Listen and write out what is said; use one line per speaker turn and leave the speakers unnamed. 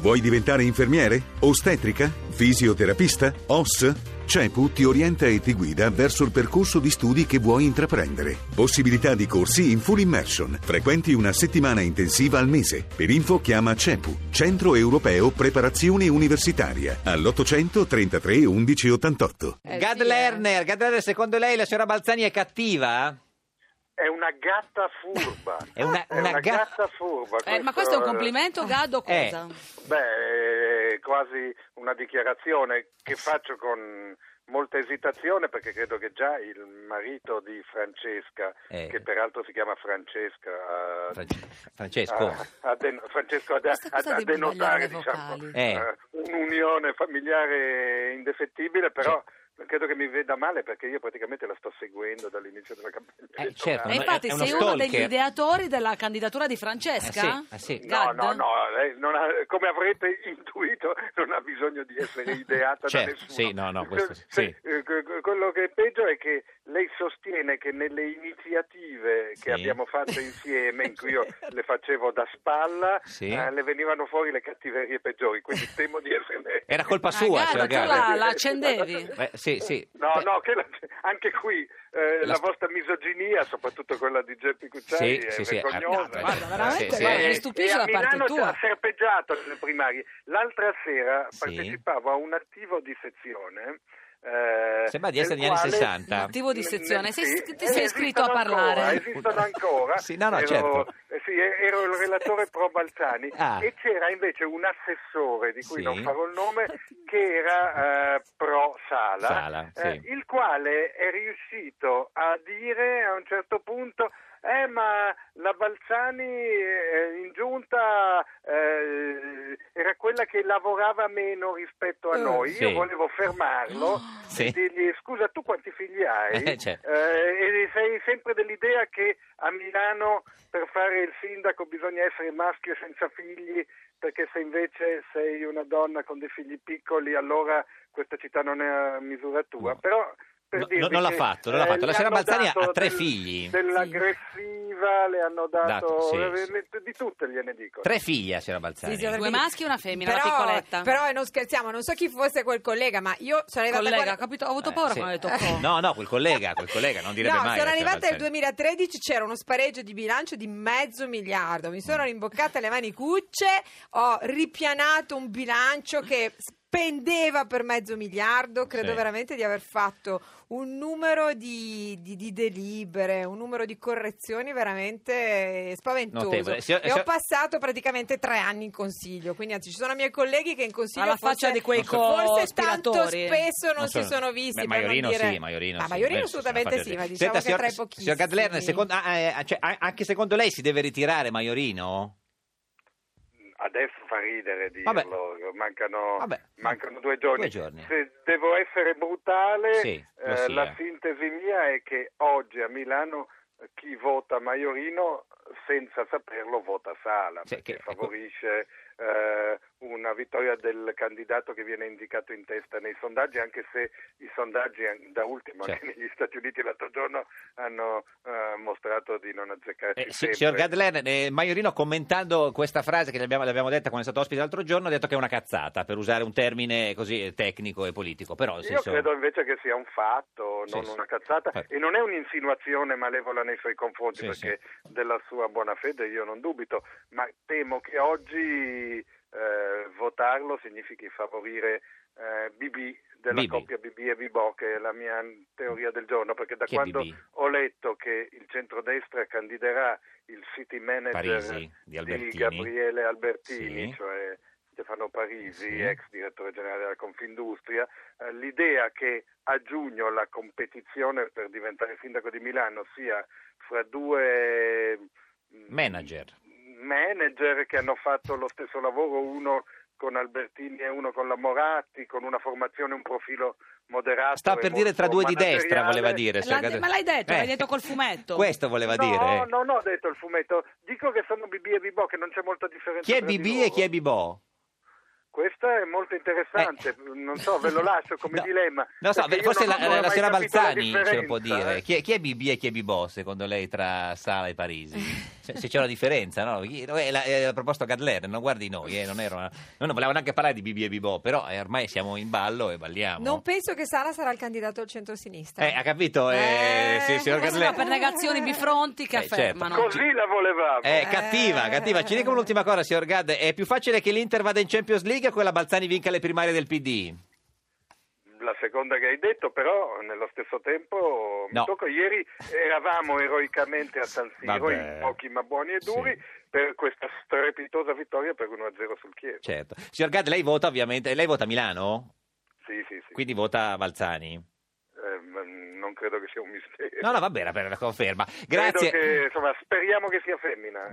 Vuoi diventare infermiere? Ostetrica? Fisioterapista? OS? CEPU ti orienta e ti guida verso il percorso di studi che vuoi intraprendere. Possibilità di corsi in full immersion. Frequenti una settimana intensiva al mese. Per info chiama CEPU, Centro Europeo Preparazione Universitaria, all'800 33 11 88.
Eh,
Gad
sì, eh.
Lerner, Gad Lerner, secondo lei la signora Balzani è cattiva?
È una gatta furba.
È una-
È
una
una
ga-
gatta furba.
Eh, ma questo è un complimento, Gado,
Eh.
cosa?
Beh, è quasi una dichiarazione che faccio con molta esitazione perché credo che già il marito di Francesca,
Eh.
che peraltro si chiama Francesca, ha-
Fran- Francesco.
ha- ha den- Francesco ha, da-
Questa cosa
ha- ha
di bavagliare
denotare diciamo,
vocali.
Eh.
eh, un'unione familiare indefettibile, però credo che mi veda male perché io praticamente la sto seguendo dall'inizio della campagna.
Eh,
elettorale.
certo,
E
ma-
infatti
è uno
sei uno degli
stalker.
ideatori della candidatura di Francesca?
Eh sì, eh sì.
No,
Gad?
no, no, lei non ha- come avrete intuito non ha bisogno di essere ideata
Certo,
da nessuno.
sì, no, no, questo sì,
Se-
sì.
eh, que- que- Quello che è peggio è che lei sostiene che nelle iniziative
Sì. Certo.
che abbiamo fatto insieme, in cui io le facevo da spalla,
Sì.
eh, le venivano fuori le cattiverie peggiori, quindi temo di essere...
Era colpa
Ah,
sua,
Gad,
cioè, signora
tu
Gad.
la- la accendevi?
Eh, sì, sì.
No,
Beh,
no, che la- anche qui eh,
La-
la, vostra misoginia, soprattutto quella di Geppi Cucciari,
Sì,
è
sì, sì,
vergognosa.
ah,
Guarda, veramente,
Sì,
guarda,
sì.
mi stupisce
e
la
Eh, a
parte
Milano
tua.
ha serpeggiato nelle primarie. L'altra sera
Sì.
partecipavo a un attivo di sezione. eh,
Sembra di
nel
essere negli anni
quale-
60.
Attivo di sezione. Sei-
Sì,
ti sei
eh,
iscritto a
esistono
parlare.
ancora, esistono ancora.
Sì, no, no,
ero,
certo.
eh, sì, eh, ero il relatore pro Balzani
Ah.
e c'era invece un assessore di cui
Sì.
non farò il nome che era eh, pro Sala,
Sala,
eh,
sì.
il quale è riuscito a dire a un certo punto eh, ma la Balzani eh, in giunta eh, era quella che lavorava meno rispetto a
Eh,
noi.
sì.
Io volevo fermarlo
Sì.
e dirgli: Scusa, tu quanti figli hai?
Eh, certo.
Eh, e sei sempre dell'idea che a Milano per fare il sindaco bisogna essere maschio senza figli, perché se invece sei una donna con dei figli piccoli, allora questa città non è a misura tua.
No.
Però per
No,
dirvi
non l'ha
che,
fatto, non l'ha fatto. La
le
signora
hanno
Balzani ha
dato
tre figli.
Dell'aggressiva le hanno
Dato,
dato,
sì,
eh, di tutte gliene dico.
Tre figlie, signora Balzani.
Sì, signora- Due maschi e una femmina, la piccoletta.
Però eh, non scherziamo, non so chi fosse quel collega, ma io sono arrivata
Collega, ho
quando-
capito? Ho avuto
Eh,
paura
sì.
quando hai detto "Oh,
No, no, quel collega, quel collega, non direbbe
no,
mai.
sono
la signora
arrivata nel
Balzani.
2013, c'era uno spareggio di bilancio di mezzo miliardo, mi sono rimboccata le manicucce, ho ripianato un bilancio che spendeva per mezzo miliardo, credo
Sì.
veramente di aver fatto un numero di, di- di delibere, un numero di correzioni veramente eh, spaventoso.
Notevole. Signor-
e ho
signor-
passato praticamente tre anni in consiglio, quindi anzi ci sono miei colleghi che in consiglio
Alla faccia
forse-
di quei
forse tanto
cospiratori.
spesso non,
Non
si
so-
sono visti.
Beh,
per non
Maiorino
dire-
sì, Maiorino
Ma
sì.
Maiorino
Beh,
assolutamente
sono
sì, ma
fatti-
diciamo
Senta,
che tra i
signor-
pochissimi.
Signor Gad Lerner, secondo- ah, eh, cioè, a- anche secondo lei si deve ritirare Maiorino?
Adesso fa ridere dirlo,
Vabbè.
Mancano,
Vabbè.
mancano due
Due
giorni.
giorni.
Se devo essere brutale,
Sì, lo
eh,
sia.
la sintesi mia è che oggi a Milano eh, chi vota Maiorino senza saperlo vota Sala,
Sì,
perché
che- ecco.
favorisce eh, una vittoria del candidato che viene indicato in testa nei sondaggi, anche se i sondaggi an- da ultimo
Cioè.
anche negli Stati Uniti l'altro giorno hanno eh, mostrato di non azzeccare
Eh, sì, signor Gad Lerner, eh, Maiorino commentando questa frase che le abbiamo, le abbiamo detta quando è stato ospite l'altro giorno ha detto che è una cazzata, per usare un termine così eh, tecnico e politico, però nel
Io
senso-
credo invece che sia un fatto,
Sì,
non
sì.
una cazzata,
Eh.
e non è un'insinuazione malevola nei suoi confronti,
Sì,
perché della sua buona fede io non dubito, ma temo che oggi eh, votarlo significhi favorire eh, BB della
BB.
coppia BB e Bibò, che è la mia teoria del giorno, perché da
Chi è
quando
BB?
ho letto che il centrodestra candiderà il city manager
Parisi, di Albertini.
Gabriele Albertini,
Sì.
cioè Stefano Parisi,
Sì.
ex direttore generale della Confindustria, eh, l'idea che a giugno la competizione per diventare sindaco di Milano sia fra due mm,
Manager.
manager che hanno fatto lo stesso lavoro, uno con Albertini e uno con la Moratti, con una formazione, un profilo moderato.
Sta
e
per dire
molto
tra due di destra,
manageriale.
voleva dire. signor
L'ha-
Gad-
ma l'hai detto, l'hai detto col fumetto.
Questo voleva
no,
dire. eh.
non ho detto il fumetto, dico che sono BB e Bibò, che non c'è molta differenza.
Chi è
tra di
BB
loro.
e chi è Bibò?
Questa è molto interessante, non so, ve lo lascio come
Eh. No,
dilemma.
Non so,
perché io
forse
non
la,
ho
la
mai
signora
capito la
Balzani ce lo può
differenza,
dire.
eh.
Chi è, chi è BB e chi è Bibò, secondo lei, tra Sala e Parisi? Cioè, se, se c'è una differenza, no? Chi- no, eh, la, eh, la proposta Gadler, non guardi noi, eh, non era una- noi non volevamo neanche parlare di Bibi e Bibò, però eh, ormai siamo in ballo e balliamo.
Non penso che Sara sarà il candidato al centro-sinistra.
Eh, ha capito? Eh,
Eh,
sì, signor
questo
No,
Gadler.
per negazioni bifronti che
Eh, certo.
affermano.
Così la volevamo.
Eh, cattiva, cattiva. Ci dica un'ultima cosa, signor Gad. È più facile che l'Inter vada in Champions League o che la Balzani vinca le primarie del PD?
La seconda che hai detto, però nello stesso tempo mi
No.
tocca. ieri eravamo eroicamente a San Siro,
Vabbè.
in pochi ma buoni e
Sì.
duri, per questa strepitosa vittoria per 1-0 sul Chievo.
Certo. Signor Gad, lei vota ovviamente, lei vota a Milano?
Sì, sì, sì.
Quindi vota Balzani.
Ehm, non credo che sia un mistero.
No, no, vabbè, era per la conferma.
Credo
Grazie.
che, insomma, speriamo che sia femmina.